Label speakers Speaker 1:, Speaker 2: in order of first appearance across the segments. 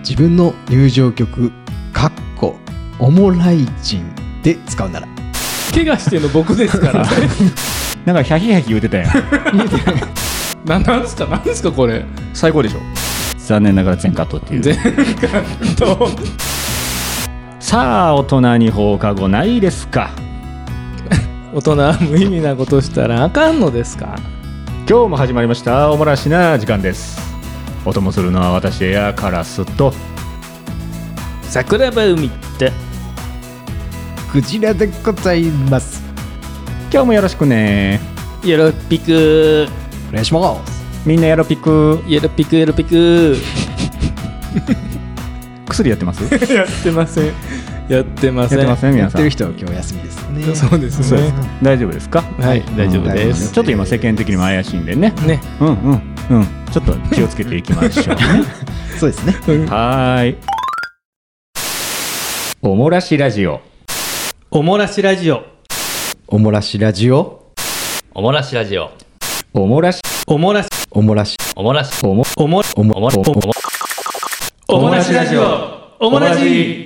Speaker 1: 自分の入場曲かっこオモライジンで使うなら
Speaker 2: 怪我してんの僕ですから
Speaker 3: なんかヒャヒヒャキ言うてたやん
Speaker 2: ななんですかなんですかこれ
Speaker 4: 最高でしょ
Speaker 3: 残念ながら全カットっていう
Speaker 2: 全と
Speaker 3: さあ大人に放課後ないですか
Speaker 2: 大人は無意味なことしたらあかんのですか
Speaker 3: 今日も始まりましたおもらしな時間ですお供するのは私エアカラスと
Speaker 2: 桜庭海って
Speaker 1: クジラでございます
Speaker 3: 今日もよろしくね
Speaker 2: よろぴく
Speaker 1: お願いします
Speaker 3: みんなやろピク
Speaker 2: よろぴくよろぴく
Speaker 3: 薬やってますや
Speaker 2: やってませんやってません
Speaker 3: ってません
Speaker 1: や
Speaker 3: 皆
Speaker 1: っ
Speaker 3: さ
Speaker 1: てる
Speaker 3: ん
Speaker 1: 人は今日休みですね
Speaker 2: そうですね
Speaker 3: 大丈夫ですか
Speaker 2: はい大丈夫で
Speaker 1: うん
Speaker 2: す
Speaker 3: ちょっと今世間的にも怪しいんでね
Speaker 2: ね
Speaker 3: うんうんうんちょっと気をつけていきましょう
Speaker 1: そうですね
Speaker 3: はーい。おもらしラジオ。
Speaker 5: おもらしラジオ
Speaker 1: おもらしラジオ
Speaker 5: おもらしラジオ
Speaker 3: おもらし、
Speaker 5: おもらし
Speaker 1: おもらし
Speaker 5: おもらし
Speaker 3: おも、
Speaker 5: おも
Speaker 1: おも
Speaker 5: おもおもおもらしラジオおもらし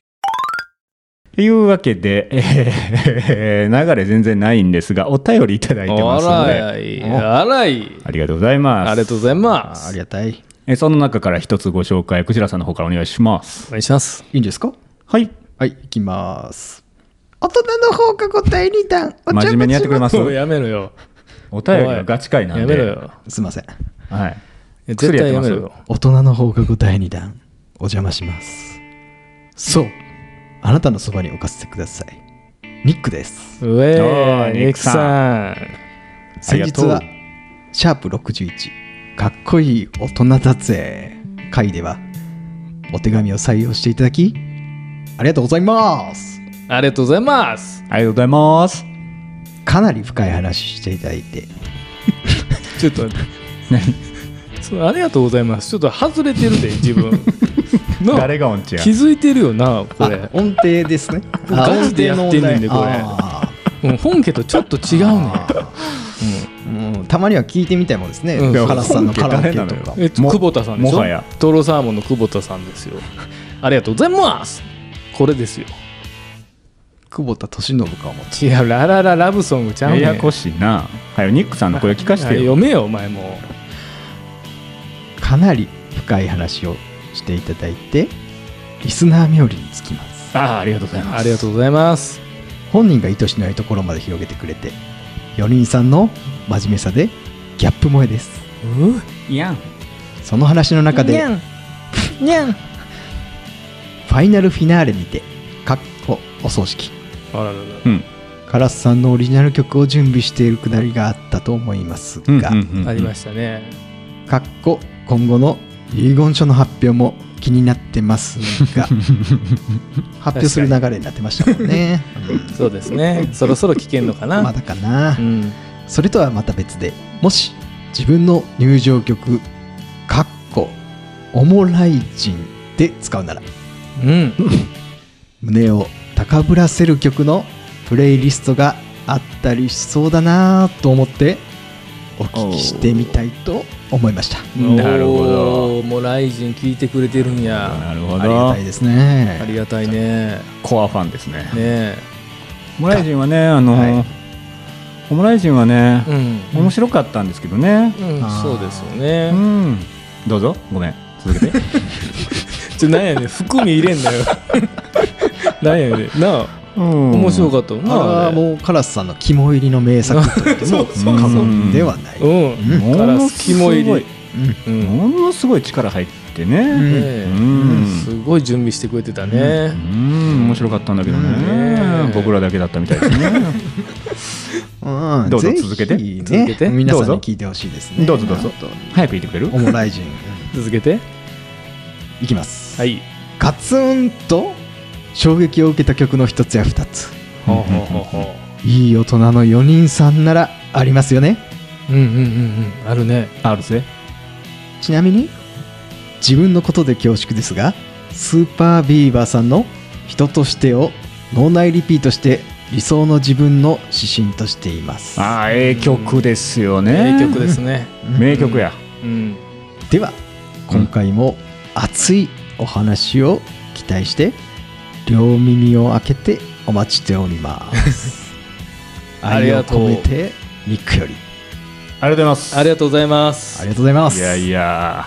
Speaker 3: いうわけで、えー 流れ全然ないんですが、お便りいただいてますの
Speaker 2: あ
Speaker 3: で、
Speaker 2: らいあらい
Speaker 3: ありがとうございます。
Speaker 2: ありがとうございます
Speaker 1: ありがたいい
Speaker 3: えーその中から一つご紹介、くじらさんの方からお願いします。
Speaker 2: お願いします
Speaker 1: いんですか
Speaker 3: はい。
Speaker 1: はい行きます大人の放課後第二弾お茶
Speaker 3: 真面目にやってくれます
Speaker 2: もうやめろよ
Speaker 3: お便りがガチ会なん
Speaker 2: や
Speaker 3: で。
Speaker 2: めろよ
Speaker 1: すいません
Speaker 3: はい。
Speaker 2: いや絶対やめろよ
Speaker 1: 大人の放課後第2弾お邪魔しますそうあなたのそばに置かせてくださいニックです
Speaker 2: うえ
Speaker 3: お
Speaker 2: ー
Speaker 3: ーニ
Speaker 2: ニッ
Speaker 3: ック
Speaker 2: ク
Speaker 3: さ
Speaker 2: さ
Speaker 3: あり
Speaker 1: 先
Speaker 3: が
Speaker 1: 日
Speaker 3: とう
Speaker 1: はシャープ61かっこいい大人だぜ会ではお手紙を採用していただきありがとうございます
Speaker 2: んありがとうございます
Speaker 3: ありがとうございます。
Speaker 1: かなり深い話していただいて
Speaker 2: ち ょっと待ってそうありがとうございますちょっと外れてるで自 分なあ
Speaker 3: 誰がオンチや
Speaker 2: 気。づいてるよなこれ
Speaker 1: あ音程です ねあ
Speaker 2: ガチでやってんねんで
Speaker 1: 音程の
Speaker 2: これ
Speaker 1: 問題あ
Speaker 2: うん本家とちょっと違う ね
Speaker 1: ーうんたまには聞いてみたいもんですね、
Speaker 2: うん
Speaker 1: カラスさんのカラオケと
Speaker 3: 本家誰な
Speaker 1: か
Speaker 3: の
Speaker 2: え
Speaker 3: も
Speaker 2: 久保田さんでしょ
Speaker 3: もはや
Speaker 2: トロサーモンの久保田さんですよありがとうございますこれですよ
Speaker 1: 久保田利伸かも
Speaker 2: 違うララララブソングちゃうねん
Speaker 3: ややこしいな。はよ、ニックさんの声聞かしてよ。
Speaker 2: 読めよお前も
Speaker 1: かなり深い話をしていただいてリスナー冥利につきます
Speaker 3: ああ、ありがとうござい
Speaker 2: ありがとうございます
Speaker 1: 本人が意図しないところまで広げてくれて4人さんの真面目さでギャップ萌えです
Speaker 3: いやん。
Speaker 1: その話の中でファイナルフィナーレにてかっこお葬式
Speaker 2: あららら
Speaker 3: うん。
Speaker 1: カラスさんのオリジナル曲を準備しているくだりがあったと思います
Speaker 3: うん
Speaker 1: が、
Speaker 3: うんうんうん
Speaker 2: ありましたね
Speaker 1: かっこ今後の遺言書の発表も気になってますが発表する流れになってましたもんね、うん
Speaker 2: そうで すねそろそろ聞けんのかな
Speaker 1: まだかな、
Speaker 2: うん
Speaker 1: それとはまた別でもし自分の入場曲「かっこオモライジン」で使うなら
Speaker 2: うん
Speaker 1: 胸を高ぶらせる曲のプレイリストがあったりしそうだなぁと思ってお聞きしてみたいと思いました
Speaker 3: なるほど
Speaker 2: おーもうライジン聞いてくれてるんや
Speaker 3: なるほ
Speaker 1: ありが
Speaker 3: ど
Speaker 1: たい。です
Speaker 2: あ
Speaker 1: ね
Speaker 2: りがたいね
Speaker 3: コアファンですね。
Speaker 2: ね
Speaker 3: オムライジンはね、あの、
Speaker 1: はい
Speaker 3: オムライジンはね、
Speaker 2: うん
Speaker 3: 面白かったんですけどね。
Speaker 2: うん
Speaker 1: あー
Speaker 2: そうですよ
Speaker 3: う
Speaker 2: ね
Speaker 3: ん。どうぞ、ごめん。続けて。
Speaker 2: ちょなんやねん含み入れん なよなんやねんなあ
Speaker 3: うん
Speaker 2: 面白かったよな
Speaker 1: あれはもうカラスさんの肝入りの名作と言っても
Speaker 3: そう
Speaker 1: 過言ではない、
Speaker 2: ううん
Speaker 1: う
Speaker 3: も
Speaker 2: カラ
Speaker 3: の
Speaker 2: ス
Speaker 3: す
Speaker 2: 肝
Speaker 3: ごい
Speaker 2: 入りうんね
Speaker 3: ものすごい力入ってね。
Speaker 2: え
Speaker 3: うん
Speaker 2: すごい準備してくれてたね
Speaker 3: うん、面白かったんだけど
Speaker 2: うん
Speaker 3: ね
Speaker 2: ね。
Speaker 3: 僕らだけだったみたいですね。
Speaker 1: うん
Speaker 3: どうぞ
Speaker 1: ぜひ
Speaker 3: 続けて
Speaker 1: ね
Speaker 2: 続けて
Speaker 1: 皆さん
Speaker 3: どう
Speaker 1: に
Speaker 3: ぞ
Speaker 1: 聞いてほしいですね
Speaker 3: どうぞどうぞ
Speaker 1: 本当に
Speaker 3: 早く言ってくれる
Speaker 1: オモライジン
Speaker 2: 続けて
Speaker 1: いきます、
Speaker 2: はい
Speaker 1: カツンと衝撃を受けた曲の一つや二つ
Speaker 2: ほうほうほうほ
Speaker 1: いい大人の4人さんならありますよね
Speaker 2: ううんうんうんうんあるね
Speaker 3: あるぜ。
Speaker 1: ちなみに自分のことで恐縮ですがスーパービーバーさんの「人として」を脳内リピートして理想の自分の指針としています
Speaker 3: ああ、ええ曲ですよね。
Speaker 2: 名曲ですね
Speaker 3: 名曲や。
Speaker 2: うん
Speaker 1: では今回も熱いお話を期待して両耳を開けてお待ちしております
Speaker 2: あり
Speaker 1: 愛を
Speaker 2: がとう
Speaker 1: 込めてニックより
Speaker 3: ありがとうございます
Speaker 2: ありがとうございま
Speaker 1: あ
Speaker 2: す
Speaker 1: りがとうございます
Speaker 3: いやいや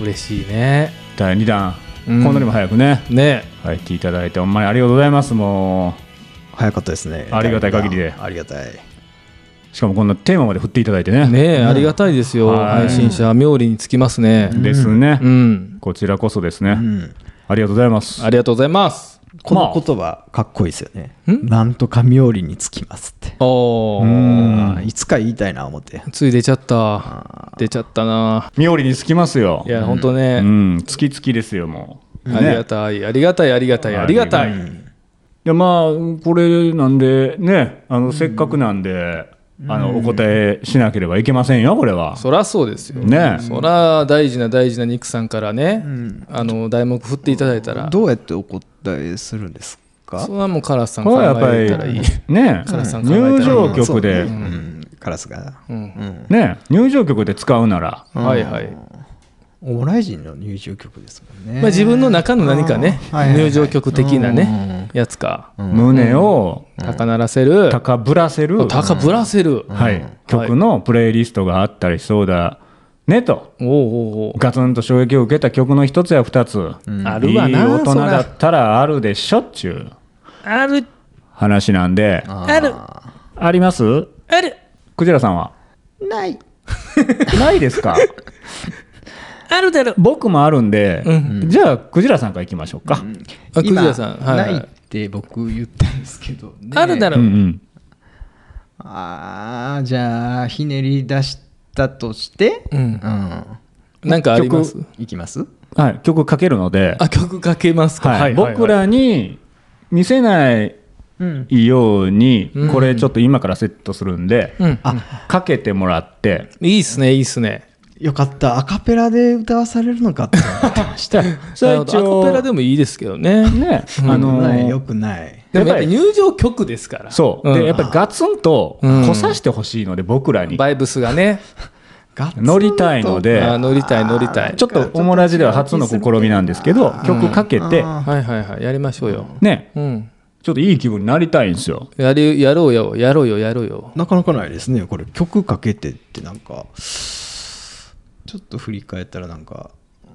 Speaker 1: うん
Speaker 2: 嬉しいね
Speaker 3: 第2弾、
Speaker 2: うん
Speaker 3: こんなにも早くね
Speaker 2: ね
Speaker 3: 入っていただいてほんまにありがとうございますも
Speaker 1: 早かったですね
Speaker 3: ありがたい限りで
Speaker 1: ありがたいう
Speaker 3: しかもこんなテーマまで振っていただいてね
Speaker 2: ねありがたいですよ
Speaker 3: はい
Speaker 2: 配信者冥利につきますね
Speaker 3: ですね、
Speaker 2: うん
Speaker 3: こちらこそですね、
Speaker 1: うん
Speaker 3: ありがとうございます
Speaker 2: ありがとうございます
Speaker 1: こ
Speaker 3: ま
Speaker 1: の
Speaker 3: あ
Speaker 1: 言葉かっこいいですよね
Speaker 2: ん
Speaker 1: なんとか冥利につきますって
Speaker 2: お
Speaker 3: う
Speaker 2: ー
Speaker 3: ん
Speaker 1: いつか言いたいな思って
Speaker 2: つい出ちゃった出ちゃったな
Speaker 3: 冥利につきますよ
Speaker 2: いや本当
Speaker 3: う
Speaker 2: ね
Speaker 3: ん月々ですよもう、
Speaker 2: ありがたいありがたいありがたいありがたい
Speaker 3: いやまあこれなんでねあのせっかくなんで、あのお答えしなければいけませんよこれは
Speaker 2: そらそうですよ
Speaker 3: ね
Speaker 2: そら大事な大事な肉さんからねあの題目振っていただいたら
Speaker 1: どうやってお答えするんですか
Speaker 2: それはもうカラスさん
Speaker 3: こ
Speaker 2: 考
Speaker 3: れはやっぱ
Speaker 2: えたらい
Speaker 3: り
Speaker 2: い
Speaker 3: ね
Speaker 2: カラスさん考えたらいい
Speaker 3: 入場曲で、
Speaker 1: そうねうんカラスが
Speaker 2: うん
Speaker 3: ね入場曲で使うなら
Speaker 2: はいはい
Speaker 1: オライジンの入場曲ですもんね
Speaker 2: まあ自分の中の何かね
Speaker 1: あーはいはいはい
Speaker 2: 入場曲的なねやつか
Speaker 3: 胸を
Speaker 2: 高鳴らせる
Speaker 3: 高ぶらせる、
Speaker 2: 高ぶらせる
Speaker 3: はい、曲のプレイリストがあったりそうだねと
Speaker 2: おうおうおう
Speaker 3: ガツンと衝撃を受けた曲の一つや二つ、
Speaker 2: あるわない
Speaker 3: い大人
Speaker 2: そら
Speaker 3: だったらあるでしょっちゅう
Speaker 2: ある
Speaker 3: 話なんであ
Speaker 2: ある
Speaker 3: ります
Speaker 2: ある
Speaker 3: クジラさんは
Speaker 1: ない
Speaker 3: ないですか
Speaker 2: あるだろ
Speaker 3: 僕もあるんで、じゃあクジラさんからいきましょうか、
Speaker 2: あクジラさん
Speaker 1: 今
Speaker 2: はいはい
Speaker 1: ないって僕言ったんですけどね
Speaker 2: あるだ
Speaker 3: うん
Speaker 2: ろ
Speaker 3: うん
Speaker 1: あーじゃあひねり出したとして
Speaker 2: うん
Speaker 1: うん
Speaker 2: なんかあります
Speaker 3: 曲
Speaker 1: いきます
Speaker 3: はい、曲かけるので、
Speaker 2: あ曲かけますか
Speaker 3: はい僕らに見せない
Speaker 1: うん
Speaker 3: ように、これちょっと今からセットするんで、
Speaker 2: うん
Speaker 3: かけてもらって、
Speaker 2: いいっすねいいっすね
Speaker 1: よかったアカペラで歌わされるの かって思ってまし
Speaker 3: じゃあ
Speaker 2: なる
Speaker 3: 最
Speaker 2: ほ
Speaker 3: 初
Speaker 2: どアカペラでもいいですけど ね
Speaker 3: ね、あ
Speaker 1: たよく
Speaker 3: の
Speaker 1: ないよくない
Speaker 2: でもやっ
Speaker 3: やっぱ
Speaker 2: ぱ
Speaker 3: り
Speaker 2: 入場曲ですから
Speaker 3: そう、
Speaker 2: ん
Speaker 3: でやっぱりガツンと
Speaker 2: うん
Speaker 3: こさしてほしいので、僕らに
Speaker 2: バイブスがね
Speaker 1: ガッツ
Speaker 3: 乗りたいの
Speaker 2: あ
Speaker 3: で、
Speaker 2: ー乗りたい乗りたい
Speaker 3: ちょっとオモラジでは初の試みなんですけど、曲かけて、
Speaker 2: はいはいはいやりましょうよ
Speaker 3: ね、
Speaker 2: うん
Speaker 3: ちょっといい気分になりたいんですよ。
Speaker 2: やりやろうよやろうよやろうよ
Speaker 1: なかなかないですねこれ曲かけてってなんかちょっと振り返ったらなんかうー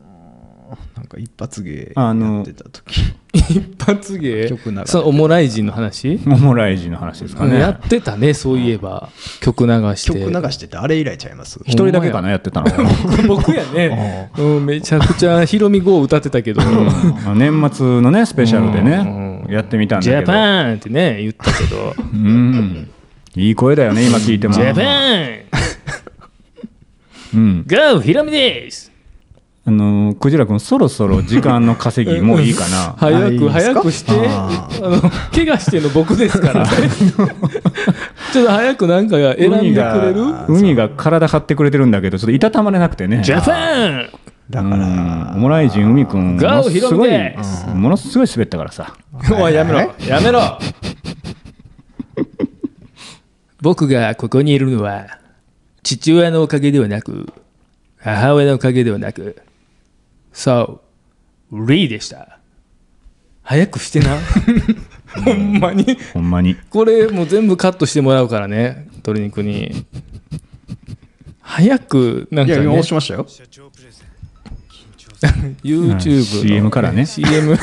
Speaker 1: んなんか一発芸
Speaker 3: あの
Speaker 1: やってた時
Speaker 2: 一発芸
Speaker 1: 曲流れて
Speaker 2: そのオモライジンの話、
Speaker 3: オモライジの話ですか
Speaker 2: うんや
Speaker 3: ね。
Speaker 2: ってたねそういえば曲流して
Speaker 1: 曲流しててあれ以来ちゃいます
Speaker 3: 一人だけかな、やってたの。
Speaker 2: 僕やね、 うん、めちゃくちゃヒロミ GO 歌ってたけど
Speaker 3: あの年末のねスペシャルでねやってみた ん
Speaker 2: ジ
Speaker 3: だけ
Speaker 2: ャ
Speaker 3: ど
Speaker 2: パンってね言ったけど
Speaker 3: うんいい声だよね今聞いても
Speaker 2: ジャパン
Speaker 3: うん、
Speaker 2: GO ヒロミです
Speaker 3: あのクジラ君そろそろ時間の稼ぎもういいか な
Speaker 1: あい
Speaker 2: 早
Speaker 1: いで
Speaker 2: く
Speaker 1: すか
Speaker 2: 早くしてあ
Speaker 1: あ
Speaker 2: の怪我してんの僕ですから ちょっと早くなんかが選んで
Speaker 3: 海
Speaker 2: くれる
Speaker 3: が海が体張ってくれてるんだけどちょっといたたまれなくてね
Speaker 2: ジャパン
Speaker 1: だ
Speaker 3: う
Speaker 1: か
Speaker 3: ん
Speaker 1: ら
Speaker 3: オモライジン海君も
Speaker 2: ガ
Speaker 3: の
Speaker 2: オヒ
Speaker 3: す
Speaker 2: ロ
Speaker 3: ご
Speaker 2: ミ
Speaker 3: い
Speaker 2: で
Speaker 3: ものすごい滑ったからさ
Speaker 2: おいやめろやめろ僕がここにいるのは父親のおかげではなく母親のおかげではなくそうリーでした早くして なほんまに
Speaker 3: ほんまに
Speaker 2: これもう全部カットしてもらうからね鶏肉に早くなん
Speaker 1: い
Speaker 2: か、
Speaker 1: や
Speaker 2: ね、
Speaker 1: 今押しましたよ
Speaker 2: YouTube の
Speaker 3: CM からね
Speaker 2: CM,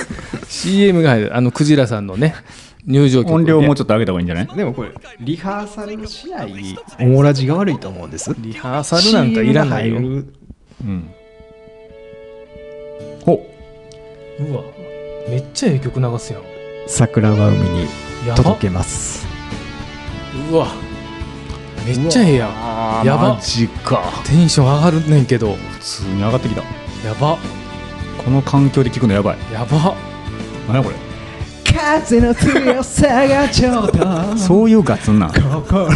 Speaker 2: CM が入るあのクジラさんのね入場曲ね
Speaker 3: 音量もうちょっと上げた方がいいんじゃない
Speaker 1: でもこれリハーサルをしないオモラジが悪いと思うんです
Speaker 2: リハーサルなんかいらないよ
Speaker 1: CM が入る
Speaker 3: ほ
Speaker 2: うわめっちゃええ曲流すやん
Speaker 1: 桜は海に
Speaker 2: やば
Speaker 1: 届けます
Speaker 2: うわめっちゃええやんやば
Speaker 3: マジか
Speaker 2: テンション上がるねんけど
Speaker 3: 普通に上がってきた
Speaker 2: やば
Speaker 3: この環境で聞くのやばい
Speaker 2: やば
Speaker 3: 何やこれ
Speaker 1: 風の強さがちょうど
Speaker 3: そういうガツンなん
Speaker 1: 心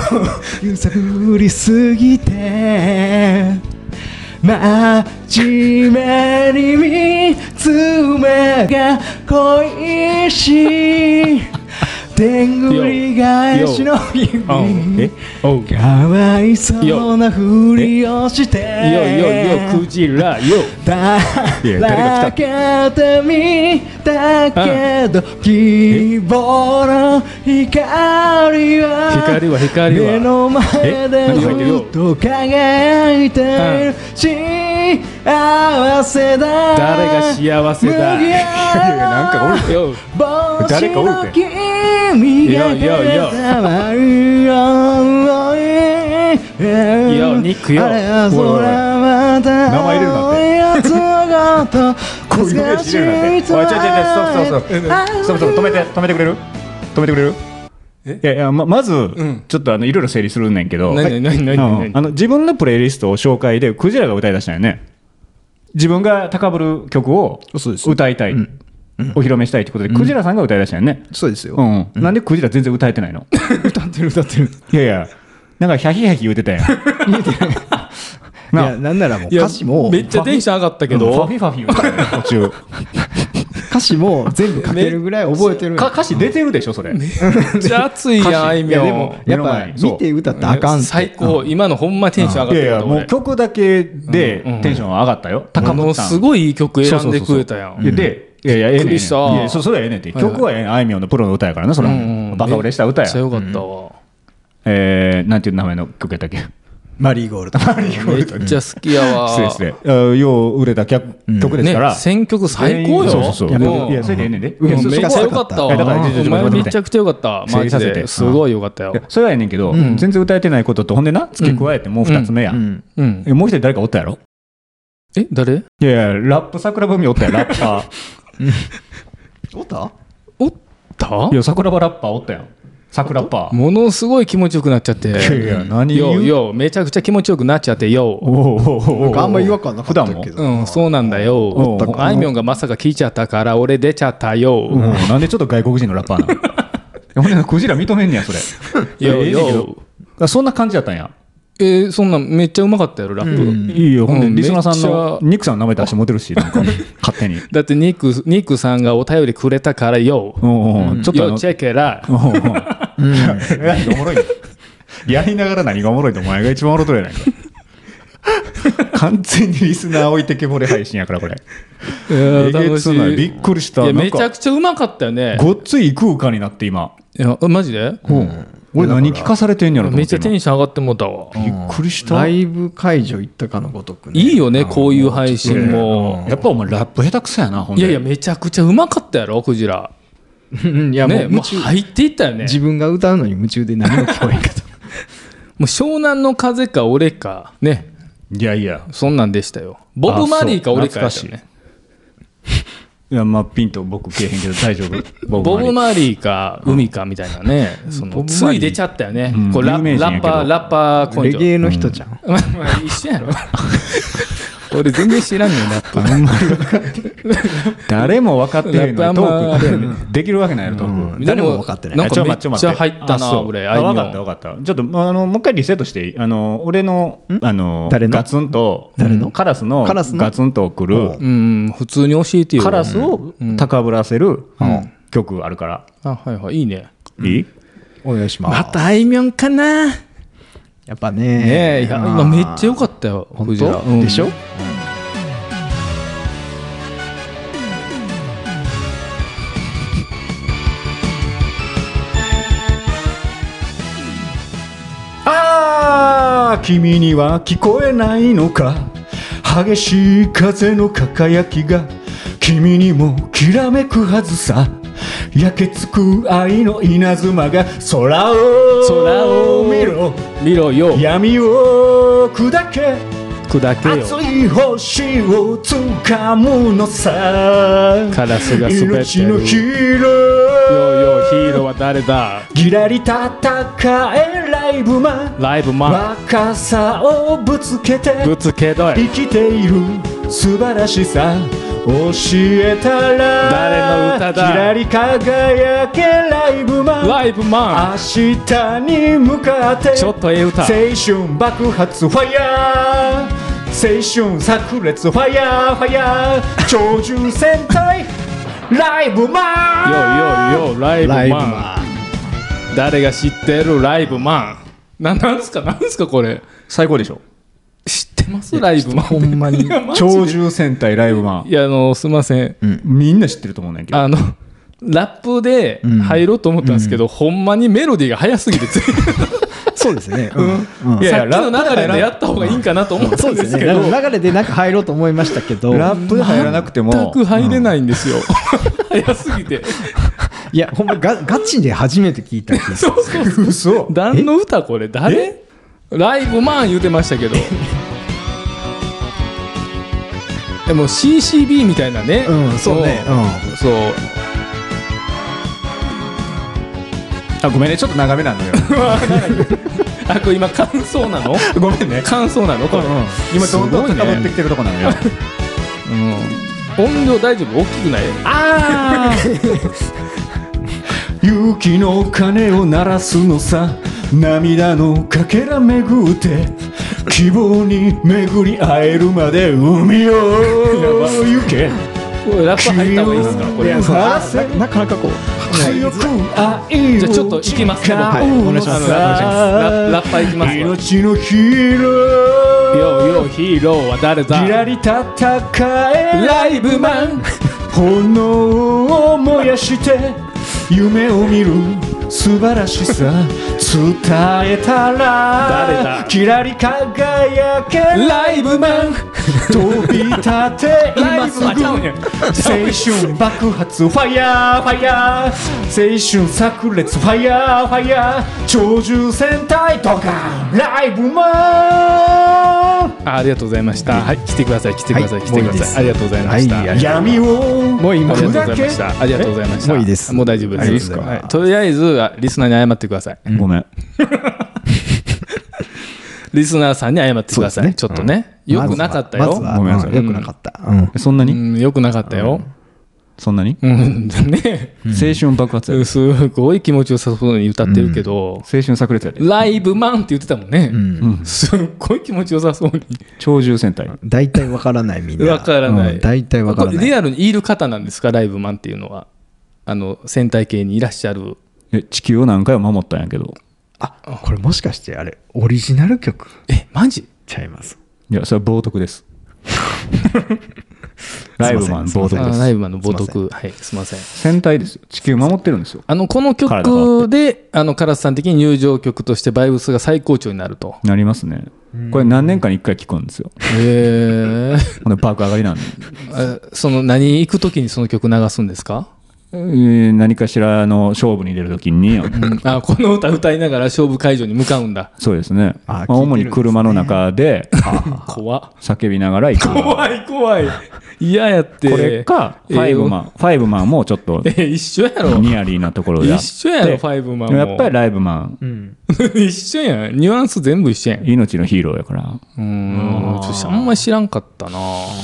Speaker 1: 揺さぶりすぎて真面目に見つめが恋しいでんぐり返しのり
Speaker 2: うん
Speaker 3: え
Speaker 2: おうい
Speaker 1: かわいそうなふりをして
Speaker 2: やいやいやクジラよ
Speaker 1: だらけてみたけど希望の光は
Speaker 2: 光は光は
Speaker 1: 目の前でずっと輝いている幸せだ
Speaker 2: 誰が幸せだ
Speaker 1: 無限
Speaker 3: いやなんかおる
Speaker 2: よ
Speaker 1: 誰
Speaker 3: 誰
Speaker 1: か
Speaker 3: か
Speaker 1: お
Speaker 3: お
Speaker 1: る
Speaker 3: る
Speaker 1: っ
Speaker 3: ってて
Speaker 1: 君がくれたまるよい
Speaker 2: よニックよ
Speaker 1: あれはそらまた
Speaker 3: おいおいおい
Speaker 1: やつのこと
Speaker 3: こういう
Speaker 1: 難
Speaker 3: の
Speaker 1: し
Speaker 3: 知れるなん
Speaker 1: い
Speaker 3: て。
Speaker 1: と
Speaker 3: おい、ちょいちょいちょい、そうそうそう。そうそう、止めて、止めてくれる止めてくれるいやいやままず、
Speaker 2: ん
Speaker 3: ちょっとあのいろいろ整理するんねんけど、
Speaker 2: 何何何何
Speaker 3: うん
Speaker 2: 何
Speaker 3: あの自分のプレイリストを紹介で、クジラが歌い出したんよね。自分が高ぶる曲を
Speaker 1: そうです
Speaker 3: 歌いたい、お披露目したいってことで、クジラさんが歌い出したんよね。
Speaker 1: そうです
Speaker 3: う。んなんでクジラ全然歌えてないの
Speaker 1: 歌ってる歌ってる。
Speaker 3: いやいや、なんかヒャヒヒャヒ言うてたやん。
Speaker 1: い
Speaker 3: なあ
Speaker 1: や、なんならもう
Speaker 2: いや
Speaker 1: 歌詞も
Speaker 2: め、っちゃテンション上がったけ
Speaker 3: うんファ
Speaker 2: ど
Speaker 3: フィファフィ言うてたやん途中。
Speaker 1: 歌詞も全部書けるぐらい覚えてる。
Speaker 3: か歌詞出てるでしょ、それ。
Speaker 2: めっちゃ熱いやんあい
Speaker 1: い
Speaker 2: み
Speaker 1: や、
Speaker 2: ょ
Speaker 1: で
Speaker 2: ん
Speaker 1: も、やっぱ見て歌ったらあかんって。
Speaker 2: 最高今のほんまテンション上がっ
Speaker 3: い
Speaker 2: た
Speaker 3: やい
Speaker 2: け
Speaker 3: や、
Speaker 2: ど
Speaker 3: もう
Speaker 2: 俺
Speaker 3: 曲だけで
Speaker 2: うん
Speaker 3: テンション上がったよ。高
Speaker 2: も
Speaker 3: ぶ
Speaker 2: の
Speaker 3: ったん。
Speaker 2: す
Speaker 3: い
Speaker 2: ごいいい曲選んでくれたやん
Speaker 3: で、いやいや、え
Speaker 2: び
Speaker 3: え
Speaker 2: っく
Speaker 3: ねん。
Speaker 2: りした
Speaker 3: いやそそれはええねんって。
Speaker 2: はいはい
Speaker 3: 曲はええねんあいみょんのプロの歌やからな、それ
Speaker 2: うんうん
Speaker 3: バカ売れした歌
Speaker 2: めっちゃ
Speaker 3: や。
Speaker 2: よかったわ
Speaker 3: えー、なんていう名前の曲やったっけ
Speaker 1: マリーゴールド。
Speaker 2: めっちゃ好きやわ
Speaker 3: 失礼失礼あー。よう売れた曲曲ですから。
Speaker 2: ね選曲最高よ
Speaker 3: そうそうそう。い
Speaker 2: もう
Speaker 3: や、でもいやそれでええねんで。
Speaker 1: うん
Speaker 3: いや
Speaker 2: め
Speaker 3: そ
Speaker 2: っ
Speaker 3: そ
Speaker 2: ち
Speaker 3: こは
Speaker 2: ゃよかったわ。
Speaker 3: いやだから、ちょちょ
Speaker 2: お
Speaker 3: ちょ
Speaker 2: 前
Speaker 3: 待
Speaker 2: め
Speaker 3: って
Speaker 2: ちゃくちゃよかった。マ
Speaker 3: 整理
Speaker 2: ジ
Speaker 3: させて
Speaker 2: で。すごいよかったよ
Speaker 3: いや。それはええねんけど、全然歌えてないことと、ほんでな、付け加えてもう二つ目や。
Speaker 1: ん。
Speaker 2: うん。
Speaker 3: えもう一人誰かおったやろ
Speaker 2: え、誰
Speaker 3: いやいや、ラップ桜庭海おったやん、ラッパ ー。
Speaker 1: おった
Speaker 2: おった
Speaker 3: いや、桜庭ラッパーおったやん。桜ラッパー。
Speaker 2: ものすごい気持ちよくなっちゃって。
Speaker 3: いやいや何言う
Speaker 2: よよ、めちゃくちゃ気持ちよくなっちゃって、よ。
Speaker 3: おうおうおうおう
Speaker 1: なんかあんま違和感なかったけ
Speaker 3: 普
Speaker 1: ど。
Speaker 2: うん、そうなんだ
Speaker 3: お
Speaker 2: よ
Speaker 3: った。か
Speaker 2: あいみょんがまさか聞いちゃったから、俺出ちゃった
Speaker 3: 段も
Speaker 2: よ。
Speaker 3: うんなんでちょっと外国人のラッパーなのほんでクジラ認めんねやそれ
Speaker 2: よ
Speaker 3: ええねんけど
Speaker 2: よ。
Speaker 3: あそんな感じやったんや
Speaker 2: えー、そんなんめっちゃうまかったやろ、ラップ。
Speaker 1: うん
Speaker 3: いいよほんで
Speaker 2: うん
Speaker 3: リスナーさん
Speaker 2: めっ
Speaker 3: の
Speaker 2: ちゃ
Speaker 3: ニックさんの名前出して持てるしなんか勝手に
Speaker 2: だってニック、ニックさんがお便りくれたからよ。
Speaker 3: おうおうちょっとあ
Speaker 2: よ、
Speaker 3: の
Speaker 2: チェケラ。
Speaker 3: おうおう何がおもろいのやりながら何がおもろいってお前が一番おもろいとるやないか完全にリスナー置いてけぼれ配信やからこれ
Speaker 2: いや
Speaker 3: えげつないびっくりした
Speaker 2: いや、
Speaker 3: なん
Speaker 2: め
Speaker 3: か
Speaker 2: ちゃくちゃうまかったよね。
Speaker 3: ごっつい空間になって今
Speaker 2: いや、マジで
Speaker 3: 俺何聞かされてんやろと思
Speaker 2: めっ
Speaker 3: っ
Speaker 2: ち
Speaker 3: て
Speaker 2: ゃテンション上がってもうたわ。
Speaker 3: 今びっくりした
Speaker 1: ライブ会場行ったかのごとくね。
Speaker 2: いいよね、こういう配信も。
Speaker 3: やっぱお前ラップ下手くそやな、ほん
Speaker 2: い
Speaker 3: で。
Speaker 2: やいや、めちゃくちゃうまかったやろ、クジラ。
Speaker 1: うんいや、もう
Speaker 2: ね、も
Speaker 1: 夢
Speaker 2: う
Speaker 1: 中。
Speaker 2: 入っていったよね。
Speaker 1: 自分が歌うのに夢中で何も聞こえんかった。
Speaker 2: もう湘南の風か俺か、ね、
Speaker 3: いやいや。
Speaker 2: そんなんでしたよ。ボブ・マリーか俺かや
Speaker 3: あ
Speaker 2: った
Speaker 3: そう
Speaker 2: よね。
Speaker 3: いや、まあ、ピンと僕消えへんけど大丈 夫。
Speaker 2: ボブ・
Speaker 3: マ
Speaker 2: マリーか海かみたいなね、そのつい出ちゃったよね。
Speaker 3: うん
Speaker 2: こうラ
Speaker 3: 有名人
Speaker 2: ラ
Speaker 3: や
Speaker 2: ッ
Speaker 3: けど
Speaker 2: パー、ラッパー
Speaker 1: レ
Speaker 2: 根
Speaker 1: ゲ
Speaker 2: 性。
Speaker 1: エの人じゃん。
Speaker 2: まあまあ一緒 やろ。俺全然知らんねん、ラップ。
Speaker 3: 誰も分かってへんのにトークってできるわけないやろ、トーク。
Speaker 1: 誰も分かってない
Speaker 2: んか
Speaker 3: ちょ
Speaker 2: めっ
Speaker 3: 待て
Speaker 2: ちゃ入った
Speaker 3: あそ
Speaker 2: な、
Speaker 3: う
Speaker 2: 俺、
Speaker 3: あ
Speaker 2: あいみょ
Speaker 3: 分
Speaker 2: ん
Speaker 3: かった分かった。ちょっと、あの、もう一回リセットしていいあの、俺の、あの、
Speaker 1: 誰の
Speaker 3: ガツンと、
Speaker 1: 誰の
Speaker 3: カラスの
Speaker 1: カラスの
Speaker 3: ガツンと来る
Speaker 1: う、
Speaker 2: うん、普通に教えてよ。
Speaker 3: カラスを高ぶらせる
Speaker 1: ん
Speaker 3: 曲あるから。
Speaker 2: あ、はいはい、いいね。
Speaker 3: いい
Speaker 1: お願いします。
Speaker 2: たあいみょんかなね
Speaker 1: やっぱ
Speaker 2: え、
Speaker 1: ね。
Speaker 2: いや、今めっちゃ良かったよ、
Speaker 1: 本
Speaker 2: 藤原
Speaker 1: 当でしょ
Speaker 3: ああ君には聞こえないのか激しい風の輝きが君にもきらめくはずさ焼けつく愛の稲妻が空を
Speaker 2: 空を
Speaker 3: 見ろ
Speaker 2: 見ろよ、
Speaker 3: 闇を砕け
Speaker 2: 砕け
Speaker 3: 熱
Speaker 2: よ。
Speaker 3: い星を掴むのさ
Speaker 2: カラスが滑ってる
Speaker 3: 命のヒー
Speaker 2: よ
Speaker 3: ロー
Speaker 2: よ、ヒーローは誰だ
Speaker 3: ギラリ戦えライブマン
Speaker 2: ライブマ
Speaker 3: 若さをぶつけて
Speaker 2: ン、ぶつけど
Speaker 3: 生
Speaker 2: い。
Speaker 3: きている素晴らしさ教えたら
Speaker 2: 誰の歌だ
Speaker 3: キラリ輝けライブマン
Speaker 2: ライブマ
Speaker 3: 明日に向かって
Speaker 2: ン、ちょっとええ歌。
Speaker 3: 青春爆発ファイヤー青春炸裂ファイヤーファイヤー超獣戦隊ライブマン
Speaker 2: よよよ、ライブ
Speaker 1: ライブ
Speaker 2: マ
Speaker 1: マン。
Speaker 2: ン。誰が知ってるライブマンななんすかなんすかこれ
Speaker 3: 最高でしょ
Speaker 2: 知ってますライブマンほんまに いやマジで
Speaker 3: 鳥獣戦隊ライブマン
Speaker 2: いやあのすいません
Speaker 3: みんな知ってると思うねんけど
Speaker 2: あのラップで入ろうと思ったんですけど、ほんまにメロディーが速すぎて全 然
Speaker 1: そうですね。うんうん
Speaker 2: いや
Speaker 3: いや
Speaker 2: さっきの
Speaker 3: ラップ
Speaker 2: 流
Speaker 3: だ
Speaker 2: れ
Speaker 3: から
Speaker 2: でやった方がいいんかなと思ったんですけど、
Speaker 1: ね流れでなんか入ろうと思いましたけど、
Speaker 3: ラップで入らなくても
Speaker 2: 全く入れないんですよ。 早すぎて。
Speaker 1: いや、ほんまガガチで初めて聞いた気がする。
Speaker 2: そうそうそう。
Speaker 3: 嘘
Speaker 2: 何の歌これ誰ライブマン言うてましたけど。 でも CCB みたいなね。
Speaker 1: うん、そうね。うん。
Speaker 2: そう。
Speaker 3: あごめんねちょっと長めなのよ
Speaker 2: あ、これ今感想 なの
Speaker 3: ごめんね
Speaker 2: 感想なのこれ。
Speaker 3: 今どんどん
Speaker 2: すごいね
Speaker 3: 高ぶってきてるとこな のよ
Speaker 2: 音量大丈夫大きくない
Speaker 3: ああ勇気の鐘を鳴らすのさ涙のかけら巡って希望に巡り会えるまで海を行け
Speaker 2: これラップ入った方がいいですかこれ。
Speaker 3: 君を
Speaker 1: あななかなかこう。
Speaker 3: 強く愛を
Speaker 2: じゃあちょっと行きますね僕
Speaker 1: はいお願いします
Speaker 2: あのララッパー行きますよ
Speaker 3: 命のヒーロー
Speaker 2: よよヒーローは誰だ
Speaker 3: ギラリ戦え
Speaker 2: ライブマン
Speaker 3: 炎を燃やして夢を見る素晴らしさ伝えた
Speaker 2: 誰
Speaker 3: ら
Speaker 2: だ
Speaker 3: キラリ輝け
Speaker 2: ライブマン
Speaker 3: 飛び立て今
Speaker 2: 今
Speaker 3: す
Speaker 2: す
Speaker 3: ぐ
Speaker 2: ぐ
Speaker 3: 青春爆発ファイヤーファイヤー青春炸裂ファイヤーファイヤー鳥獣戦隊とかライブマン
Speaker 2: あありがとうございましたはい来てください来てください、
Speaker 1: はい
Speaker 2: 来てく
Speaker 1: もうい
Speaker 2: だ
Speaker 1: いで
Speaker 2: さい
Speaker 1: す
Speaker 2: ありがとうございました、
Speaker 1: はい
Speaker 2: あ
Speaker 1: い
Speaker 2: り
Speaker 1: や
Speaker 3: 闇を
Speaker 1: もう今
Speaker 2: がとうござ
Speaker 3: 砕
Speaker 2: い
Speaker 3: け
Speaker 2: ましたありがとうございました
Speaker 1: もういいです
Speaker 2: もう大丈夫です
Speaker 1: ありがとうございます
Speaker 2: はいとりあえずあリスナーに謝ってください
Speaker 3: ごめん
Speaker 2: リスナーさんに謝ってください、
Speaker 1: そうですね
Speaker 2: ちょっとね、良くなかった
Speaker 1: ま
Speaker 2: よ、
Speaker 1: ずは
Speaker 3: ごめん
Speaker 1: まず
Speaker 3: な
Speaker 1: は
Speaker 3: さ
Speaker 1: いうんよくなかった。うん。
Speaker 3: そんな
Speaker 2: う
Speaker 3: に
Speaker 2: ん、良くなかったよ。
Speaker 3: そんなに
Speaker 2: うん、ね、
Speaker 3: 青春爆発や
Speaker 2: すごい気持ちよさそうに歌ってるけど、
Speaker 3: 青春炸裂やで
Speaker 2: ライブマンって言ってたもんね。
Speaker 1: うん
Speaker 2: すっごい気持ちよさそうに。
Speaker 3: 鳥獣戦隊
Speaker 1: 大体わからないみんな。
Speaker 2: わからない
Speaker 1: うん大体わから
Speaker 2: こ
Speaker 1: な
Speaker 2: れリ
Speaker 1: い。
Speaker 2: アルにいる方なんですか、ライブマンっていうのは。あの、戦隊系にいらっしゃる。
Speaker 3: え地球を何回も守ったんやけど
Speaker 1: あ、これもしかしてあれ、オリジナル曲
Speaker 2: え、マジ
Speaker 1: ちゃいます。
Speaker 3: いやそれは冒涜です ライブマン
Speaker 1: すい
Speaker 3: 冒
Speaker 1: ません
Speaker 3: 涜
Speaker 2: あ
Speaker 3: で
Speaker 2: ライ
Speaker 3: す
Speaker 2: ブマンの冒涜。はい、すみません。
Speaker 3: 戦隊ですよ地球守ってるんですよ
Speaker 2: あの、この
Speaker 3: 体が張
Speaker 2: 曲で、あの、カラスさん的に入場曲としてバイブスが最高潮になると。
Speaker 3: なりますねこれ何年かに1回聞くんですよ
Speaker 2: へえ。
Speaker 3: ほんで爆上がりなんで、
Speaker 2: あその、何行くときにその曲流すんですか
Speaker 3: えー何かしらの勝負に出るときに
Speaker 2: あ、この歌歌いながら勝負会場に向かうんだ。
Speaker 3: そうですね
Speaker 1: あ
Speaker 3: まあ
Speaker 1: 聞いてるんですね
Speaker 3: 主に車の中で
Speaker 2: 怖っ
Speaker 3: 叫びながら行くこ
Speaker 2: 怖い怖い。嫌やって。
Speaker 3: れかファイブマンファイブマンもちょっと
Speaker 2: え一緒やろ。
Speaker 3: ニアリーなところであっ
Speaker 2: 一
Speaker 3: て
Speaker 2: 緒やろ、ファイブマン
Speaker 3: で
Speaker 2: も。
Speaker 3: もやっぱりライブマン
Speaker 2: り。 一緒やん。ニュアンス全部一緒やん。う
Speaker 3: 命のヒーローやから
Speaker 2: ーん。ちょっとあんまり知らんかったな。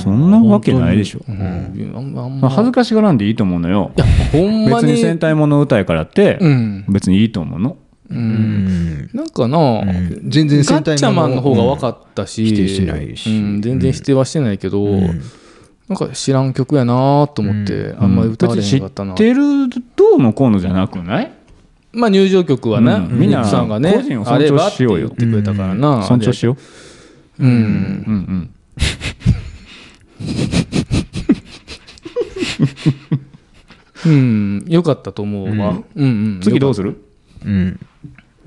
Speaker 3: そんなわけないでしょ
Speaker 2: うん。あんま、あんま。
Speaker 3: 恥ずかしがらんでいいと思うのよ
Speaker 2: いや、ほんま
Speaker 3: 別に
Speaker 2: に。
Speaker 3: 戦隊もの歌やからって
Speaker 2: うん。
Speaker 3: 別にいいと思うの
Speaker 1: うん。
Speaker 2: なんかな、
Speaker 1: 全然
Speaker 2: ガ
Speaker 1: 戦
Speaker 2: ッ
Speaker 1: 隊
Speaker 2: チャマンの方が分
Speaker 1: っ
Speaker 2: かったし、
Speaker 1: うん否定してないし
Speaker 2: うん全然否定はしてないけど、なんか知らん曲やなと思って、あんまり歌われへんかったな。
Speaker 3: 別に知ってるどうのこうのじゃなくない
Speaker 2: まあ入場曲はね、
Speaker 3: うんみんな
Speaker 2: ミッツさんがね、
Speaker 3: 個人を
Speaker 2: あ
Speaker 3: 尊
Speaker 2: れば
Speaker 3: 重
Speaker 2: っ
Speaker 3: してよう
Speaker 2: 言っ
Speaker 3: よ
Speaker 2: てくれたからな。
Speaker 3: 尊重しよ
Speaker 2: う。うん
Speaker 3: う。うんうん
Speaker 2: うん、よかったと思うわ。うん、うん、
Speaker 3: 次どう
Speaker 2: ぞ。
Speaker 3: する
Speaker 1: うん。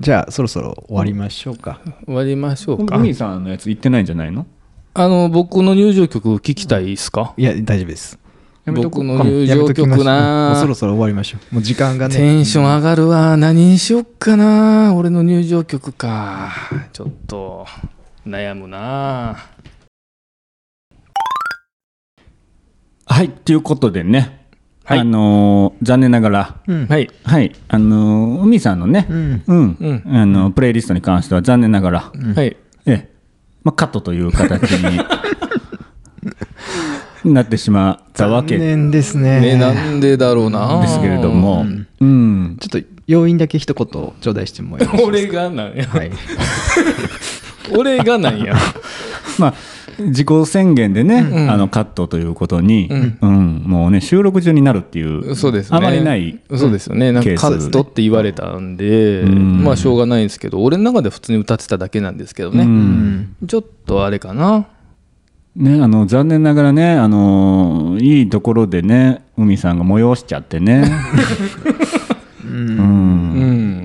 Speaker 1: じゃあ、そろそろ終わりましょうか。
Speaker 2: 終わりましょうか。
Speaker 3: 海さんのやつ行ってないんじゃないの
Speaker 2: あの、僕の入場曲聞きたいですか
Speaker 1: いや、大丈夫です。
Speaker 3: やめとこ
Speaker 2: 僕
Speaker 3: う
Speaker 2: の入
Speaker 1: やめ
Speaker 2: 場
Speaker 1: ときましょうもう
Speaker 2: 曲な
Speaker 1: そろそろ終わりましょう。もう時間が
Speaker 2: テ
Speaker 1: ね。
Speaker 2: ンション上がるわ。何にしよっかな俺の入場曲か。ちょっと、悩むな
Speaker 3: はいということでね
Speaker 2: はい
Speaker 3: あのー残念ながら
Speaker 1: うん。
Speaker 2: はい。
Speaker 3: はいあのー海さんのね
Speaker 1: うん。
Speaker 3: うん
Speaker 2: うん。
Speaker 3: あのプレイリストに関しては残念ながら
Speaker 2: はい。
Speaker 3: ええ、まあ、カットという形 になってしまったわけ
Speaker 1: 残
Speaker 3: で
Speaker 1: 念です
Speaker 2: ね、
Speaker 1: ね。
Speaker 2: なんでだろうな
Speaker 3: すけれど。も、うん
Speaker 1: ちょっと要因だけ一言頂戴しても らいましょう。
Speaker 2: 俺がなんや。
Speaker 1: はい。
Speaker 2: 俺がなんや。
Speaker 3: まあ自己宣言でね、あのカットということに、うんもうね収録中になるっていう
Speaker 2: そうですね。
Speaker 3: あまりない
Speaker 2: そうですよね。なん
Speaker 3: ケ
Speaker 2: か
Speaker 3: ー
Speaker 2: カ
Speaker 3: ス
Speaker 2: ットって言われたんで、
Speaker 3: ん
Speaker 2: まあしょうがないんですけど、俺の中では普通に歌ってただけなんですけどね。
Speaker 3: うん
Speaker 2: ちょっとあれかな。
Speaker 3: ね、あの残念ながらね、あのいいところでね海さんが催しちゃっ てね。うん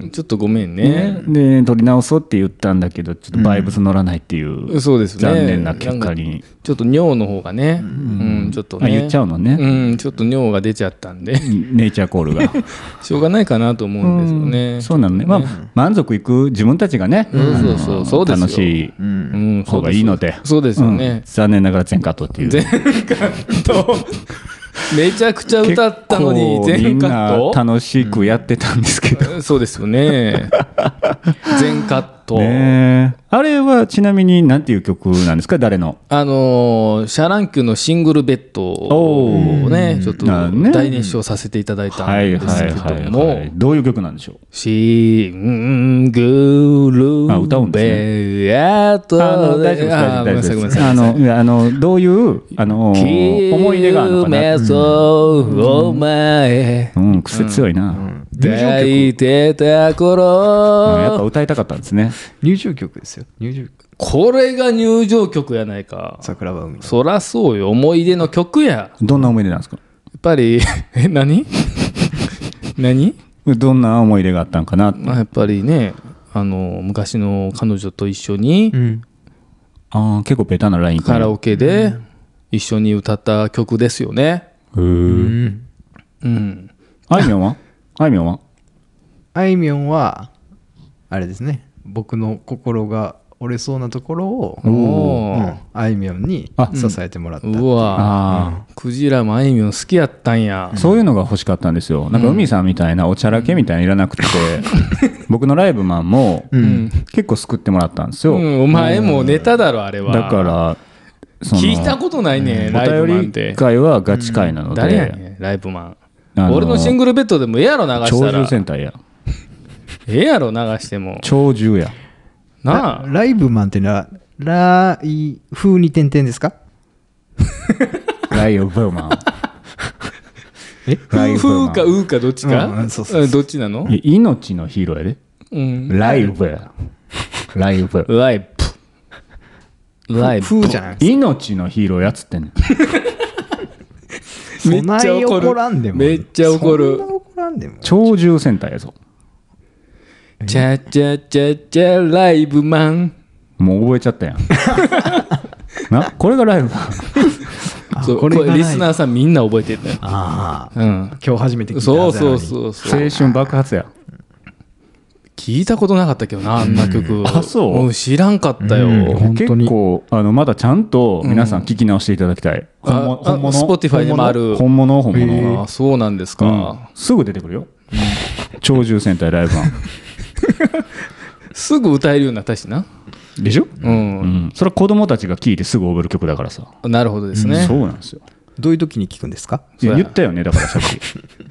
Speaker 2: うん、ちょっとごめんね
Speaker 3: ね、で撮り直そうって言ったんだけどちょっとバイブス乗らないっていう、
Speaker 2: そうですね
Speaker 3: 残念な結果に
Speaker 2: ちょっと尿の方がね、うん、ちょっと
Speaker 3: あ
Speaker 2: ね。
Speaker 3: 言っちゃうのね
Speaker 2: うん、ちょっと尿が出ちゃったんで、
Speaker 3: ネイチャーコールが。
Speaker 2: しょうがないかなと思うんですよね。
Speaker 3: そうなのね、まあ、満足いく自分たちがね、
Speaker 2: ん
Speaker 3: あの
Speaker 2: そうそうそうですよ
Speaker 3: 楽しい
Speaker 2: うん、
Speaker 3: 方がいいので、
Speaker 2: そうですよ
Speaker 3: うん
Speaker 2: ね。
Speaker 3: 残念ながら全カットっていう。
Speaker 2: 全カット。めちゃくちゃ歌ったのに全カ
Speaker 3: 結
Speaker 2: ッ
Speaker 3: 構みん
Speaker 2: ト。
Speaker 3: な楽しくやってたんですけ ど、
Speaker 2: そうですよね。全カット。
Speaker 3: ねえあれはちなみになんていう曲なんですか誰の
Speaker 2: あのーシャランキューのシングルベッドをね、ちょっと
Speaker 3: なね
Speaker 2: 大熱唱させていただいたんですけども、
Speaker 3: どういう曲なんでしょう
Speaker 2: シング
Speaker 3: あ歌うん
Speaker 2: ルベッド
Speaker 3: あの大丈夫です
Speaker 2: あー
Speaker 3: 大丈夫
Speaker 2: ごめんな
Speaker 3: です
Speaker 2: さい、
Speaker 3: あ
Speaker 2: ごめんなさい。
Speaker 3: のいやあのどういうあの思い出があるのかな、
Speaker 2: 決めそうお前
Speaker 3: うん、癖強いな、
Speaker 2: 抱いてた
Speaker 3: うんやっぱ
Speaker 2: 頃
Speaker 3: 歌いたかったんですね
Speaker 1: 入場曲ですよ入場曲
Speaker 2: これが入場曲やないか
Speaker 1: 桜庭海の
Speaker 2: そらそうよ思い出の曲やや
Speaker 3: どんな思い出なんですか
Speaker 2: っぱりえ何 何
Speaker 3: どんな思い出があったのかな
Speaker 2: まあやっぱりねあの昔の彼女と一緒に
Speaker 1: うん
Speaker 3: あー結構ベタなライン
Speaker 2: カラ
Speaker 3: オ
Speaker 2: オケで一緒に歌った曲ですよね
Speaker 3: ケ
Speaker 1: う
Speaker 3: へえ
Speaker 1: ん
Speaker 2: うん
Speaker 3: あいみょ んはあいみょんは
Speaker 1: あいみょんはあれですね僕の心が折れそうなところを、
Speaker 2: お
Speaker 1: う
Speaker 2: お
Speaker 1: ん、あいみょんに
Speaker 3: あ
Speaker 1: 支えてもらった、
Speaker 2: うわ
Speaker 3: あ
Speaker 2: クジラもあいみょん好きやったんや
Speaker 3: あそういうのが欲しかったんですよなんか海さんみたいなおちゃらけみたいなのいらなくて僕のライブマンも
Speaker 1: うん
Speaker 3: 結構救ってもらったんです
Speaker 2: う
Speaker 3: よ
Speaker 2: ん、お前もうネタだろあれは
Speaker 3: だからその
Speaker 2: 聞いたことないね、ライブ
Speaker 3: お
Speaker 2: マンっ
Speaker 3: 便り
Speaker 2: て
Speaker 3: 会はガチ会なの
Speaker 2: 誰や
Speaker 3: で
Speaker 2: ねんライブマン、
Speaker 3: あ
Speaker 2: 俺のシングルベッドでもええやろ流した
Speaker 3: 鳥
Speaker 2: ら
Speaker 3: 獣戦隊や
Speaker 2: ええやろ流しても
Speaker 3: 鳥獣や
Speaker 2: なあ
Speaker 1: ライブマンってのはライフに点々ですか
Speaker 3: ライオブーマ
Speaker 1: え
Speaker 2: ふうふうかうかどっちか、
Speaker 1: うんうんそうそうそう
Speaker 2: うんどっちなの
Speaker 3: ンいや命のヒーローやで
Speaker 2: うん
Speaker 3: ライブやライブ
Speaker 2: ライブライブ
Speaker 1: ふうじゃない
Speaker 3: 命のヒーローやっつってんねん
Speaker 1: そない怒らんでも
Speaker 2: めっちゃ怒る
Speaker 1: そんな怒らんでも
Speaker 3: 鳥獣戦隊やぞ
Speaker 2: チャチャチャチャライブマン
Speaker 3: もう覚えちゃったやん なこれがライブだ
Speaker 1: あ
Speaker 2: そうこ
Speaker 1: これ
Speaker 2: れ
Speaker 1: がない
Speaker 2: リスナーさんみんな覚えてるのよ、
Speaker 1: ああ
Speaker 2: うん、
Speaker 1: 今日初めて聞いた
Speaker 2: そう
Speaker 1: はずなの
Speaker 2: そ
Speaker 1: に
Speaker 2: うそうそう
Speaker 3: 青春爆発や
Speaker 2: 聞いたことなかったけどなあんな曲、
Speaker 3: あそうん
Speaker 2: 知らんかったよ、
Speaker 1: うん本当に
Speaker 3: 結構あのまだちゃんと皆さん聞き直していただきたい、
Speaker 2: あ
Speaker 3: 本物
Speaker 2: あ
Speaker 3: 本物
Speaker 2: スポティファイにもある
Speaker 3: 本物本物、
Speaker 2: ああそうなんですか、
Speaker 3: うんすぐ出てくるよ鳥獣戦隊ライブ版
Speaker 2: すぐ歌えるようになったしな
Speaker 3: でしょ、
Speaker 2: う、
Speaker 3: うんん、それは子供たちが聴いてすぐ覚える曲だからさ、
Speaker 2: なるほどですね、
Speaker 3: そうなんですよ
Speaker 1: どういう時に聞くんですか
Speaker 3: いや
Speaker 2: そうや
Speaker 3: 言ったよねだからさっき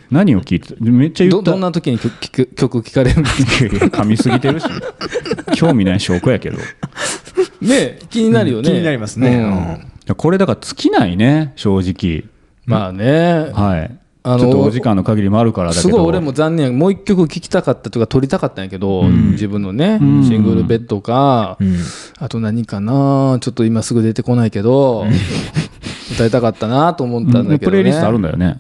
Speaker 3: 何を聞いてためっちゃ言
Speaker 2: ど
Speaker 3: った
Speaker 2: どんな時に曲聞く曲聞かれるん ですか
Speaker 3: いや噛みすぎて るし興味ない証拠やけど
Speaker 2: ねえ気になるよね、
Speaker 1: 気になりますね
Speaker 2: うん
Speaker 3: これだから尽きないね正直
Speaker 2: まあね
Speaker 3: はい
Speaker 2: あの
Speaker 3: ちょっとお時間の限りもあるからだけど
Speaker 2: すごい俺も残念もう一曲聴きたかったとか撮りたかったんやけど、自分のね、シングルベッドか、あと何かなちょっと今すぐ出てこないけど、歌いたかったなと思ったんだけど、ね
Speaker 3: うんプレイリストあるんだよね、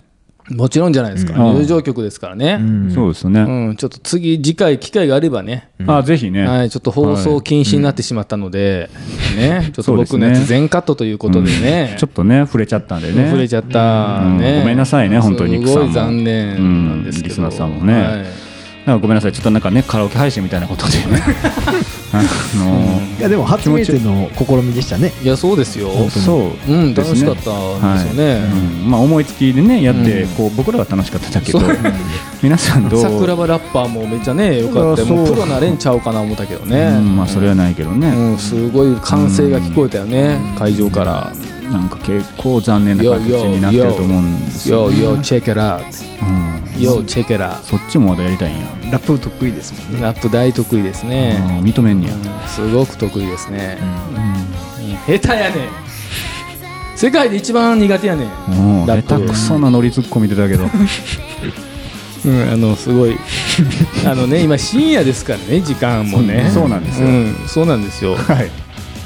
Speaker 2: もちろんじゃないですか、
Speaker 3: うん
Speaker 2: 入場曲ですからね、
Speaker 3: そうですよね、
Speaker 2: うん、ちょっと次、次回、機会があればね、
Speaker 3: あぜひね、
Speaker 2: はい、ちょっと放送禁止になってしまったので、ね、ちょっと僕のや
Speaker 3: そうですね
Speaker 2: つ全カットということでね、
Speaker 3: ちょっとね触れちゃったんでね
Speaker 2: 触れちゃったね、
Speaker 3: うんごめんなさいね本当に
Speaker 2: すご
Speaker 3: 育さ
Speaker 2: い
Speaker 3: ん
Speaker 2: 残
Speaker 3: も
Speaker 2: 念なんですけど、
Speaker 3: うんリスナーさんもねなんかごめんなさいちょっとなんかねカラオケ配信みたいなことでね あのー
Speaker 1: いやでも初めての試みでしたね
Speaker 2: い、いやそうですよ、
Speaker 3: そう
Speaker 2: うん、
Speaker 3: です
Speaker 2: 楽
Speaker 3: ね
Speaker 2: しかったんですよ
Speaker 3: はい
Speaker 2: ね。
Speaker 3: うんまあ、思いつきでねやって、
Speaker 2: うん
Speaker 3: こう僕らは楽しかっただけど
Speaker 2: そう
Speaker 3: 皆さんどう
Speaker 2: 桜庭ラッパーもめっちゃねよかったよ
Speaker 3: そう
Speaker 2: もうプロなれんちゃうかな思ったけどね、
Speaker 3: うんまあそれはないけどね、
Speaker 2: うん、すごい歓声が聞こえたよね、会場から。
Speaker 3: なんか結構残念な形になってると思うんです
Speaker 2: Yo,
Speaker 3: よ、ね
Speaker 2: yo, check it out.
Speaker 3: うん
Speaker 2: Yo, check it out.
Speaker 3: そっちもまだやりたいんや、
Speaker 1: ラップ得意ですもんね
Speaker 2: ラップ大得意ですね。
Speaker 3: あー認めんねや、
Speaker 2: すごく得意ですね。うん下手やねん世界で一番苦手やねん、
Speaker 3: うん
Speaker 2: ラップ
Speaker 3: 下手くそなノリツッコミ出た けど
Speaker 2: うん、あのすごい あのね今深夜ですからね時間もね
Speaker 3: そうなんですよ
Speaker 2: うん、そうなんですよ
Speaker 3: はい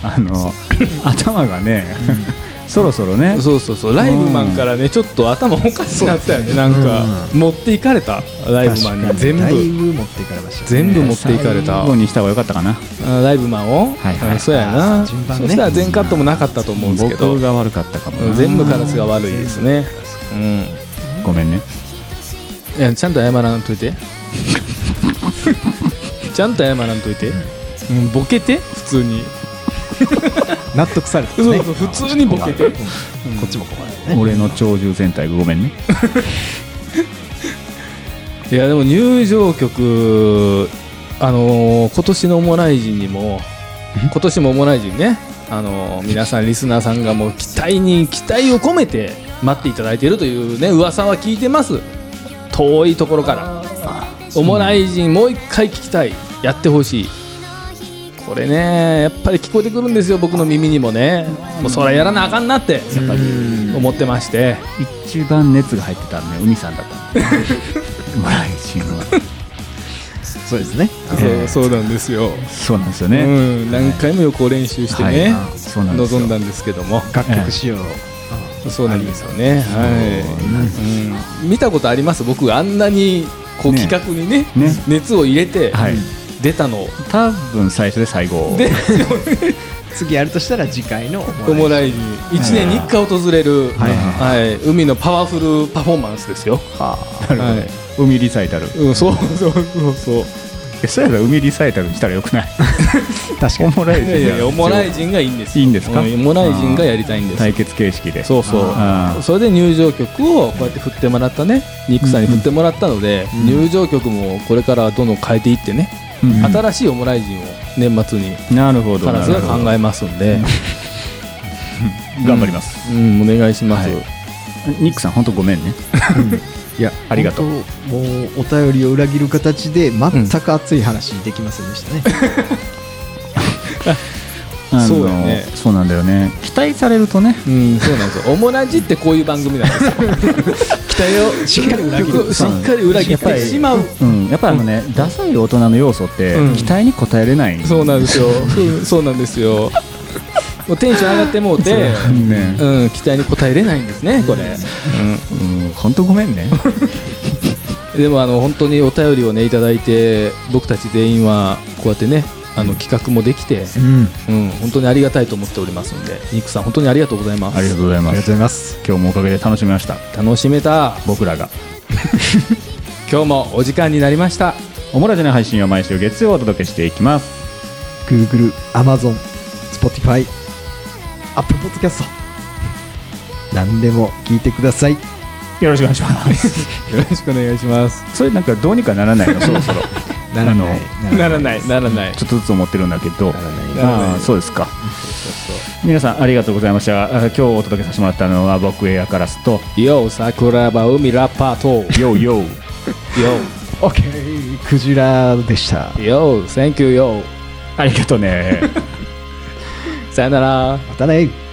Speaker 3: あの頭がねそろそろね
Speaker 2: そうそうそうライブマンからねちょっと頭おかしくなったよねなんか持っていかれたライブマンに全
Speaker 1: だい
Speaker 2: 部
Speaker 1: ぶ持っていかれましたね
Speaker 2: 全部持っていかれた
Speaker 3: 最後にした方が良かったかな
Speaker 2: あライブマンを、
Speaker 3: はいはい
Speaker 2: あそうやな、
Speaker 1: あ順番ね
Speaker 2: そしたら全カットもなかったと思うんですけど
Speaker 3: 僕が悪かったかも
Speaker 2: うん
Speaker 3: な
Speaker 2: 全部カラスが悪いですねうん
Speaker 3: ごめんね
Speaker 2: いやちゃんと謝らんといてちゃんと謝らんといて、うん、ボケて普通に
Speaker 1: 納得された
Speaker 2: そうそう普通にボ ケて
Speaker 1: こっちも困るね
Speaker 3: 俺の鳥獣戦隊ごめんね
Speaker 2: いやでも入場曲あのー今年のオモライジンにも今年もオモライジンねあのー皆さんリスナーさんがもう期待に期待を込めて待っていただいているというね噂は聞いてます遠いところからオモライジンもう一回聞きたいやってほしいこれねやっぱり聞こえてくるんですよ僕の耳にもねもうそれやらなあかんなってやっぱり思ってまして
Speaker 3: 一番熱が入ってたんで海さんだ った んでマライジンは
Speaker 1: そうですね
Speaker 2: そうそうなんですよ
Speaker 3: そうなんですよね、
Speaker 2: うん、何回も予行練習してね、
Speaker 3: はいそうなんですよ
Speaker 2: 臨んだんですけども
Speaker 1: 楽曲仕様
Speaker 2: そうなんですよね、
Speaker 3: そうなんです
Speaker 2: はいうん、見たことあります僕あんなにこう
Speaker 3: ね
Speaker 2: 企画にね
Speaker 3: ね
Speaker 2: 熱を入れて
Speaker 3: はい
Speaker 2: 出たのを、
Speaker 3: 多分最初で最後
Speaker 2: で
Speaker 1: 次やるとしたら次回の
Speaker 2: オモライジン1年に1回訪れる、
Speaker 3: は
Speaker 2: はいい海のパワフルパフォーマンスですよ、
Speaker 1: は
Speaker 2: は
Speaker 3: 海リサイタル
Speaker 2: いうん、そうそうそうそう
Speaker 3: えそうやったら海リサイタルにしたらよくない
Speaker 1: 確か
Speaker 3: オ
Speaker 1: に
Speaker 3: モライ
Speaker 2: い
Speaker 3: ジン
Speaker 2: やいやオモライ
Speaker 3: ン
Speaker 2: ジンがいいんですよ
Speaker 3: いいんですか
Speaker 2: うオモライジンがやりたいんです
Speaker 3: 対決形式で
Speaker 2: そうそう
Speaker 3: あー
Speaker 2: それで入場曲をこうやって振ってもらったねニックさんに振ってもらったので、入場曲もこれからどんどん変えていってね、
Speaker 3: うん
Speaker 2: 新しいオムライジンを年末に
Speaker 3: なるほど
Speaker 2: カラスが
Speaker 3: なるほ
Speaker 2: 考えますんで、
Speaker 3: ど頑張ります
Speaker 2: うん、お願いします、
Speaker 3: はいニックさん本当ごめんね
Speaker 1: いや
Speaker 3: ありがとう
Speaker 1: 本当もうお便りを裏切る形で全く熱い話できませんでした ね、
Speaker 3: あの
Speaker 2: そうだよね
Speaker 3: そうなんだよね期待されるとね
Speaker 2: うん、そうなんですよ。オムラジってこういう番組なんですよ。期待をしっかり裏切る。しっかり裏切ってしまう。
Speaker 3: うんやっぱあのねダサい大人の要素って
Speaker 2: うん
Speaker 3: 期待に応えれない
Speaker 2: そうなんですよ。うんそうなんです よ。もうテンション上がってもうて、
Speaker 3: ね
Speaker 2: うん、期待に応えれないんですね、これ。
Speaker 3: うん本当ごめんね
Speaker 2: でもあの本当にお便りをねいただいて僕たち全員はこうやってねあの企画もできて、
Speaker 1: うん
Speaker 2: うん、本当にありがたいと思っておりますのでニックさん本当にありがとうございま
Speaker 3: ありが
Speaker 2: す
Speaker 3: とうござい
Speaker 1: あ
Speaker 3: ま
Speaker 1: りがとうござ
Speaker 3: す
Speaker 1: います
Speaker 3: 今日もおかげで楽しみました
Speaker 2: 楽しめた
Speaker 3: 僕らが
Speaker 2: 今日もお時間になりました
Speaker 3: おもらじの配信を毎週月曜お届けしていきます
Speaker 1: Google、Amazon、Spotify、Apple Podcast 何でも聞いてください
Speaker 3: よろしくお願いします
Speaker 2: よろしくお願いします
Speaker 3: それなんかどうにかならないのそろそろ
Speaker 1: ならない
Speaker 3: あ
Speaker 2: ならないならない
Speaker 3: ちょっとずつ思ってるんだけ
Speaker 1: な
Speaker 3: ど
Speaker 1: らない
Speaker 3: ああそうですか皆さんありがとうございましたあ今日お届けさせてもらったのは僕エアカラスと
Speaker 2: よう桜庭海ラッパーと
Speaker 3: ヨー ヨー
Speaker 1: OK クジラでした
Speaker 2: よう Thank you よ
Speaker 3: ありがとうね
Speaker 2: うさよなら
Speaker 1: またね